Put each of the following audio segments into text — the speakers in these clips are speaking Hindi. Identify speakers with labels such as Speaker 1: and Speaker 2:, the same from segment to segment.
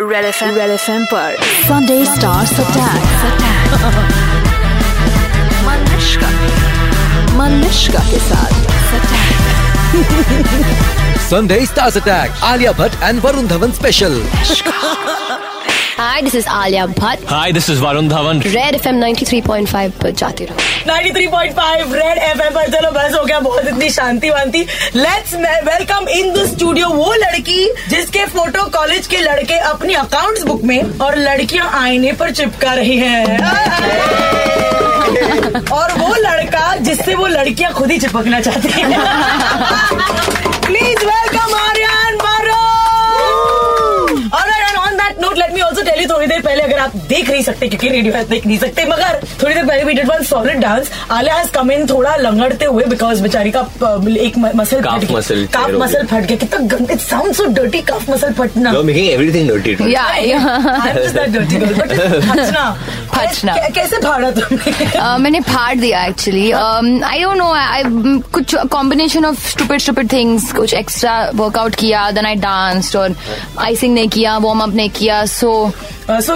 Speaker 1: Red F M red F M पर Sunday stars attack Manushka Manushka के साथ
Speaker 2: Sunday Stars Attack, Alia Bhatt and Varun Dhawan special.
Speaker 3: Hi, this is Alia Bhatt.
Speaker 4: Hi, this is Varun Dhawan.
Speaker 3: Red FM 93.5 पर जाते रहो
Speaker 5: 93.5 रेड एफएम पर चलो बस हो गया बहुत इतनी शांति वांति let's welcome in the studio वो लड़की जिसके फोटो कॉलेज के लड़के अपनी अकाउंट्स बुक में और लड़कियां आईने पर चिपका रही हैं और वो लड़का जिससे वो लड़कियां खुद ही चिपकना चाहती हैं प्लीज वेलकम आर्यन मारो Alright, and on that note, let me also tell you, थोड़ी देर पहले अगर आप देख नहीं सकते क्योंकि रेडियो है देख नहीं सकते मगर थोड़ी देर पहले we did one solid dance Alia has come in थोड़ा लंगड़ते हुए बिकॉज बेचारी का अ, एक muscle
Speaker 4: Calf muscle tear
Speaker 5: calf
Speaker 4: हो
Speaker 5: मसल फट गया कितना गंद it sound so dirty calf muscle फटना
Speaker 4: You're making everything dirty. today.
Speaker 3: या
Speaker 5: I'm just that dirty girl, but फटना
Speaker 3: फटना।
Speaker 5: कै- कैसे फाड़ा तुमने
Speaker 3: Uh, मैंने फाड़ दिया Um, actually I don't know I कुछ combination of stupid stupid things कुछ एक्स्ट्रा वर्कआउट किया देन आई डांस्ड और आइसिंग नहीं किया वार्म अप नहीं किया सो
Speaker 5: सो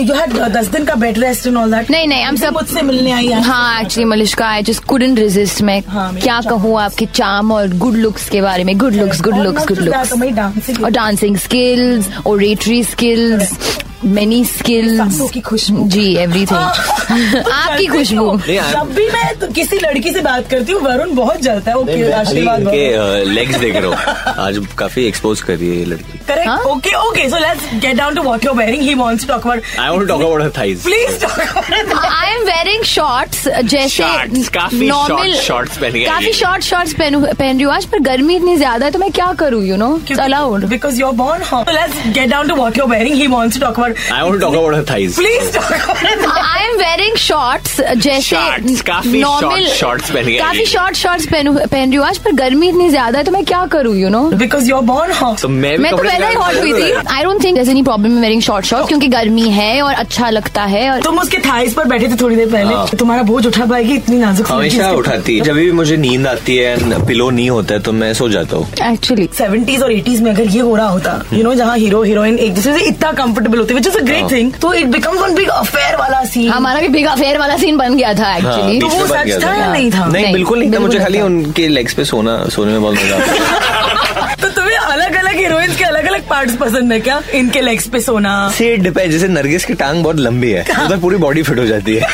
Speaker 5: यू हैड दस दिन का bed rest and all that
Speaker 3: नहीं, नहीं, I'm सब-
Speaker 5: मुझसे मिलने आई है
Speaker 3: हाँ actually Malishka I just couldn't resist मैं
Speaker 5: हाँ, मेरे
Speaker 3: क्या
Speaker 5: charm.
Speaker 3: कहूँ आपके चाम और गुड लुक्स के बारे में गुड लुक्स गुड लुक्स
Speaker 4: तो
Speaker 3: गुड लुक्स
Speaker 5: डांसिंग
Speaker 3: और dancing skills oratory skills many
Speaker 5: सांसों की
Speaker 3: स्किल्स
Speaker 5: खुशबू।
Speaker 3: जी
Speaker 5: तुम
Speaker 3: एवरीथिंग आपकी
Speaker 5: जानती
Speaker 3: खुशबू
Speaker 5: हो,
Speaker 4: नहीं, I'm-
Speaker 5: जब भी मैं तो किसी लड़की से बात करती हूँ वरुण बहुत जलता है
Speaker 4: नहीं,
Speaker 5: ओके
Speaker 4: मैं actually
Speaker 5: आशीर्वाद
Speaker 4: इनके लेग्स uh, देख रहा हूँ आज काफी एक्सपोज कर रही है ये लड़की
Speaker 3: हाँ?
Speaker 5: Correct okay okay so let's get down to what you are wearing he wants to talk about
Speaker 4: I want to talk about her thighs
Speaker 5: please talk about
Speaker 3: I am wearing shorts जैसे
Speaker 4: Shorts, काफी short shorts पहन के आई
Speaker 3: काफी
Speaker 4: है।
Speaker 3: शॉर्ट शॉर्ट्स पहन पहन रही हूँ आज पर गर्मी इतनी ज्यादा है तो मैं क्या करूँ you know allowed
Speaker 5: because you are born hot let's get down to what you are wearing he wants to talk
Speaker 4: I
Speaker 5: about
Speaker 4: want to talk about her thighs
Speaker 5: please talk about
Speaker 3: I am wearing shorts जैसे
Speaker 4: Shorts, काफी short
Speaker 3: normal-
Speaker 4: shorts पहन के आई
Speaker 3: काफी
Speaker 4: है।
Speaker 3: शॉर्ट शॉर्ट्स पहन पहन रही हूँ आज पर गर्मी इतनी ज्यादा है तो मैं क्या करूँ you know
Speaker 5: because you are born hot
Speaker 4: तो मैं भी
Speaker 3: मैं तो
Speaker 4: कपड़े
Speaker 3: पहले ही
Speaker 4: से
Speaker 3: हॉट हुई थी I don't think any problem wearing short short क्योंकि गर्मी है और अच्छा लगता है और
Speaker 5: तुम उसके थाइस पर बैठे थे थोड़ी देर पहले तुम्हारा बोझ उठा पाएगी इतनी नाजुक
Speaker 4: हाँ। हमेशा उठाती है जब भी मुझे नींद आती है एंड पिलो नहीं होता है तो मैं सो जाता हूँ
Speaker 3: एक्चुअली
Speaker 5: सेवेंटीज और एटीज में अगर ये हो रहा होता यू नो जहाँ हीरो हीरोइन एक दूसरे से इतना कंफर्टेबल होते विच इज अ
Speaker 3: हाँ।
Speaker 5: ग्रेट थिंग तो it becomes one big affair वाला सीन
Speaker 3: हमारा भी बिग अफेयर वाला सीन बन गया था एक्चुअली
Speaker 5: तो
Speaker 4: हाँ, बीच में
Speaker 5: वो
Speaker 4: बन
Speaker 5: सच
Speaker 4: गया
Speaker 5: था या नहीं था
Speaker 4: नहीं
Speaker 3: नहीं,
Speaker 4: बिल्कुल नहीं था
Speaker 3: बिल्कुल
Speaker 4: मुझे
Speaker 3: नहीं
Speaker 4: खाली
Speaker 3: था।
Speaker 4: उनके लेग्स पे सोना सोने में बहुत मजा आता है।
Speaker 5: तो तुम्हें अलग अलग हीरोइंस के अलग अलग पार्ट्स पसंद है क्या इनके लेग्स पे सोना
Speaker 4: से डिपेंड जैसे नरगिस की टांग बहुत लंबी है
Speaker 5: हाँ।
Speaker 4: मतलब पूरी बॉडी फिट हो जाती है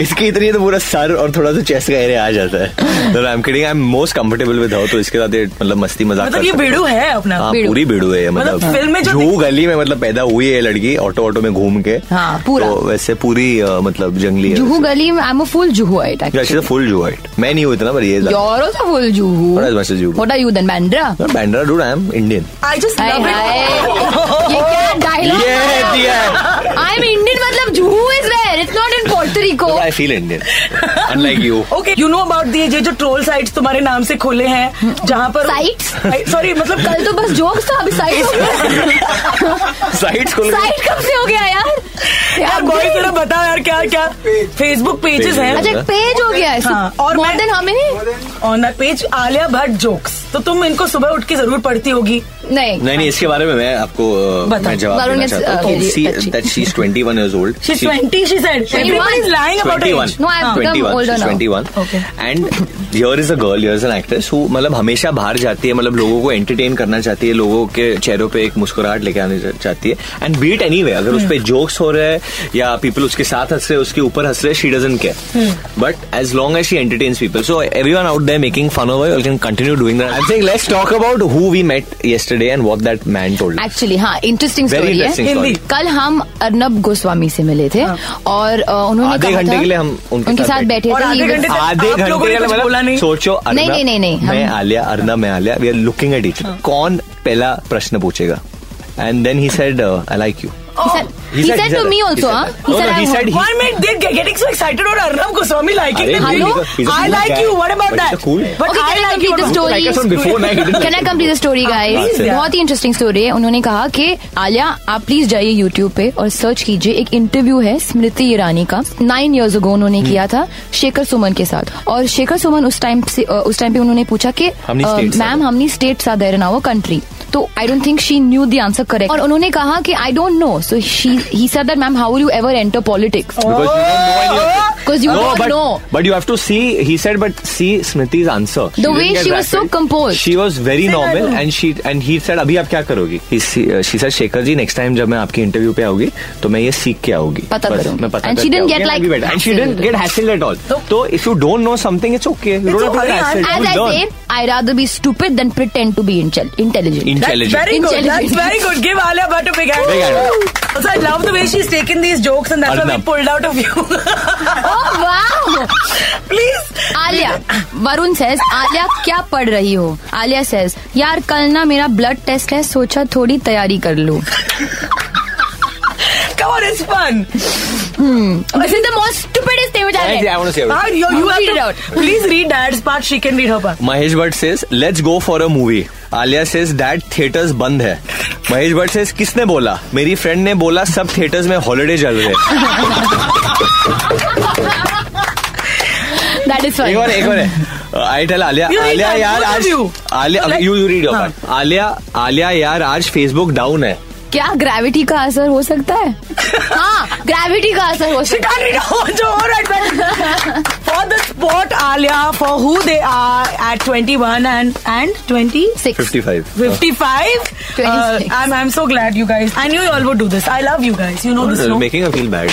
Speaker 4: इसकी इतनी है तो पूरा सर और थोड़ा सा चेस्ट का एरिया आ जाता है तो I am kidding I am most comfortable with how तो इसके साथ ये मतलब मस्ती मजाक
Speaker 5: मतलब
Speaker 4: कर
Speaker 5: ये
Speaker 4: सकते हैं।
Speaker 5: बेड़ू है अपना
Speaker 4: हाँ
Speaker 3: बेड़ू।
Speaker 4: पूरी बेड़ू है ये,
Speaker 5: मतलब
Speaker 4: मतलब
Speaker 5: फिल्म में जो
Speaker 4: जू गली में मतलब पैदा हुई है ये लड़की ऑटो ऑटो में घूम के
Speaker 3: हाँ, पूरा।
Speaker 4: तो वैसे पूरी अ, मतलब जंगली
Speaker 3: तो जुहू
Speaker 4: है
Speaker 3: गली I am a full जुहुआइट
Speaker 4: full जू मैं नहीं हूँ इतना पर ये
Speaker 3: You're also full Juhu.
Speaker 4: Not as much as you.
Speaker 3: What are you then, Bandra?
Speaker 4: Bandra dude I am Indian
Speaker 5: I just
Speaker 3: hi
Speaker 5: love
Speaker 3: hi
Speaker 5: it
Speaker 3: ये क्या डायलॉग
Speaker 4: ये दिया है।
Speaker 3: आई एम इंडियन मतलब Juhu is where it's not in Puerto Rico
Speaker 4: I feel Indian unlike you
Speaker 5: okay you know about दिए ये जो ट्रोल साइट्स तुम्हारे नाम से खोले हैं जहाँ पर
Speaker 3: Sites?
Speaker 5: सॉरी मतलब
Speaker 3: कल तो बस जोक्स था अभी साइड
Speaker 4: साइट्स खोल
Speaker 3: साइड कब से हो गया यार
Speaker 5: यार
Speaker 3: यार
Speaker 5: बॉय
Speaker 3: great.
Speaker 5: जरा बताओ यार क्या क्या फेसबुक पेजेस हैं
Speaker 3: अच्छा पेज हो गया है
Speaker 5: हाँ, और
Speaker 3: मोर
Speaker 5: मैं-
Speaker 3: then how many
Speaker 5: on that page Alia Bhatt jokes तो तुम इनको सुबह उठ के जरूर पढ़ती होगी
Speaker 3: नहीं
Speaker 4: नहीं नहीं इसके बारे में मैं आपको अ,
Speaker 5: बताओ।
Speaker 4: मैं जवाब
Speaker 3: वरुण
Speaker 4: देना
Speaker 3: is,
Speaker 4: चाहता
Speaker 3: uh,
Speaker 4: हूँ
Speaker 3: very
Speaker 4: see
Speaker 3: touchy.
Speaker 4: That she is 21 years old
Speaker 5: She's
Speaker 4: She-
Speaker 5: 20, she said.
Speaker 3: 21.
Speaker 5: Everyone is lying about
Speaker 4: 21.
Speaker 5: age.
Speaker 3: No, I've become
Speaker 4: 21.
Speaker 3: older
Speaker 4: She's
Speaker 3: now.
Speaker 4: 21.
Speaker 5: Okay.
Speaker 4: And here is a girl, here is an actress who मतलब हमेशा बाहर जाती है मतलब लोगों को एंटरटेन करना चाहती है लोगों के चेहरों पे एक मुस्कुराहट लेके आने चा- चाहती है एंड बीट एनी वे अगर उस पर जोक्स हो रहे हैं या पीपल उसके साथ हंस रहे हैं, उसके ऊपर हंस रहे हैं she doesn't care but as long as she entertains people so every one out there making fun over can continue doing that I think let's talk about who we met yesterday and what that man told
Speaker 3: actually हाँ इंटरेस्टिंग
Speaker 4: वेरी
Speaker 3: स्टोरी है
Speaker 4: इंटरेस्टिंग स्टोरी
Speaker 5: Hindi.
Speaker 3: कल हम अर्नब गोस्वामी से मिले थे
Speaker 5: हाँ।
Speaker 3: और अ, उन्होंने
Speaker 4: आधे
Speaker 3: कहा
Speaker 4: घंटे
Speaker 3: था-
Speaker 4: के लिए हम उनके
Speaker 3: उनके
Speaker 4: साथ
Speaker 3: साथ बैठे
Speaker 5: और
Speaker 3: थे
Speaker 5: आधे
Speaker 3: He was-
Speaker 5: घंटे तक
Speaker 4: आधे
Speaker 5: आप
Speaker 4: घंटे के
Speaker 5: लोगों ने
Speaker 4: लिए
Speaker 5: कुछ
Speaker 4: मतलब
Speaker 5: बोला नहीं।
Speaker 4: सोचो अर्नब,
Speaker 3: नहीं, नहीं, नहीं, नहीं, हम-
Speaker 4: मैं आलिया अर्नब मैं Alia we are looking at each कौन पहला प्रश्न पूछेगा and then he said I like you
Speaker 3: He said, he said to me also, huh? He said, I'm-
Speaker 5: One minute, they're ge- getting so excited about Arnab Goswami liking them.
Speaker 3: Hello?
Speaker 5: I like you. What about that? But
Speaker 3: Okay,
Speaker 5: I
Speaker 3: can I
Speaker 5: like Ah,
Speaker 3: complete
Speaker 5: you.
Speaker 3: the
Speaker 5: what about-
Speaker 3: story? Can I complete the story
Speaker 4: हाँ,
Speaker 3: गाइस
Speaker 4: sir.
Speaker 3: बहुत ही इंटरेस्टिंग स्टोरी है उन्होंने कहा कि आलिया आप प्लीज जाइए यूट्यूब पे और सर्च कीजिए एक इंटरव्यू है स्मृति ईरानी का नाइन इयर्स अगो उन्होंने किया था शेखर सुमन के साथ और शेखर सुमन उस टाइम से अ, उस टाइम पे उन्होंने पूछा कि
Speaker 4: How many
Speaker 3: अ,
Speaker 4: states are
Speaker 3: ma'am how many states are there in our country तो I don't think she knew the answer correct और उन्होंने कहा कि I don't know so she he said that ma'am how will you ever enter politics
Speaker 4: Because you don't know any of
Speaker 5: Oh!
Speaker 4: it.
Speaker 3: Because
Speaker 4: No,
Speaker 3: you
Speaker 4: but,
Speaker 3: don't know
Speaker 4: but you have to see. He said, but see Smriti's answer.
Speaker 3: The
Speaker 4: You
Speaker 3: way
Speaker 4: didn't get
Speaker 3: she
Speaker 4: that
Speaker 3: was so
Speaker 4: right.
Speaker 3: composed.
Speaker 4: She was very
Speaker 5: Said, I
Speaker 4: normal,
Speaker 5: don't know.
Speaker 4: and she and he said, अभी आप क्या करोगी? He she uh, she said, Shekhar ji, next time जब मैं आपकी इंटरव्यू पे आऊंगी, तो मैं ये सीख के आऊंगी.
Speaker 3: पता
Speaker 4: बस,
Speaker 3: करूंगी.
Speaker 4: मैं पता
Speaker 3: And she
Speaker 4: करके
Speaker 3: didn't
Speaker 4: आऊंगी,
Speaker 3: get,
Speaker 4: and
Speaker 3: like,
Speaker 4: I'll be better. And she didn't
Speaker 3: hassled.
Speaker 4: get hassled at all.
Speaker 5: Nope.
Speaker 4: So if you don't know something, it's okay. You don't have to
Speaker 5: okay.
Speaker 4: get hassled.
Speaker 5: तो As
Speaker 3: As
Speaker 4: You
Speaker 3: I
Speaker 4: learn.
Speaker 3: said, I'd rather be stupid than pretend to be intel- intelligent.
Speaker 5: That's
Speaker 4: Intelligent.
Speaker 5: very good. That's
Speaker 3: Intelligent.
Speaker 5: very good. Give Alia Bhatt a big hand.
Speaker 4: Big hand.
Speaker 5: Also, I love the way she's taken these jokes and that's why we
Speaker 4: Arnab.
Speaker 5: pulled out of you.
Speaker 3: oh wow!
Speaker 5: Please.
Speaker 3: Alia Varun says Alia क्या पढ़ रही हो आलिया सेज यार कल ना मेरा ब्लड टेस्ट है सोचा थोड़ी तैयारी कर लूं
Speaker 5: Come on, it's fun.
Speaker 3: This is the most stupidest thing which I
Speaker 4: Actually, I want to say.
Speaker 5: How you, you
Speaker 3: I'll
Speaker 5: have
Speaker 3: read
Speaker 5: to,
Speaker 3: it out.
Speaker 5: Please read dad's part. She can read her part.
Speaker 4: Mahesh Bhatt says, let's go for a movie. Alia says that theaters बंद है. Mahesh Bhatt says, किसने बोला? मेरी friend ने बोला सब theaters में holiday चल रहे हैं.
Speaker 3: दैट इज
Speaker 4: एक और
Speaker 3: फनी
Speaker 4: एक और है. I tell Alia
Speaker 5: You read
Speaker 4: Alia
Speaker 5: that,
Speaker 4: यार
Speaker 5: both of
Speaker 4: आज
Speaker 5: you.
Speaker 4: Alia
Speaker 5: So, like-
Speaker 4: you you read your
Speaker 5: हाँ.
Speaker 4: पार्ट आलिया आलिया यार आज फेसबुक डाउन है
Speaker 3: क्या ग्रेविटी का असर हो सकता है हाँ ग्रेविटी का असर हो
Speaker 5: She
Speaker 3: सकता है
Speaker 5: can't read all. So, all right, well, for the sport, Alia, for who they are at 21 and and 20.
Speaker 3: Six
Speaker 4: 55
Speaker 5: 55. Uh,
Speaker 3: 26.
Speaker 5: I'm, I'm so glad you guys. I knew you all would do this. I love you guys. You know this. No?
Speaker 4: Making a feel bad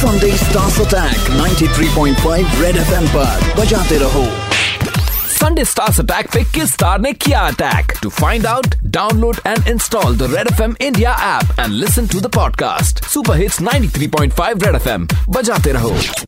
Speaker 6: Sunday Stars Attack 93.5 Red FM पर बजाते रहो
Speaker 7: संडे स्टार्स अटैक पे किस स्टार ने किया attack to find out download and install the red F M India app and listen to the podcast super hits 93.5 red F M बजाते रहो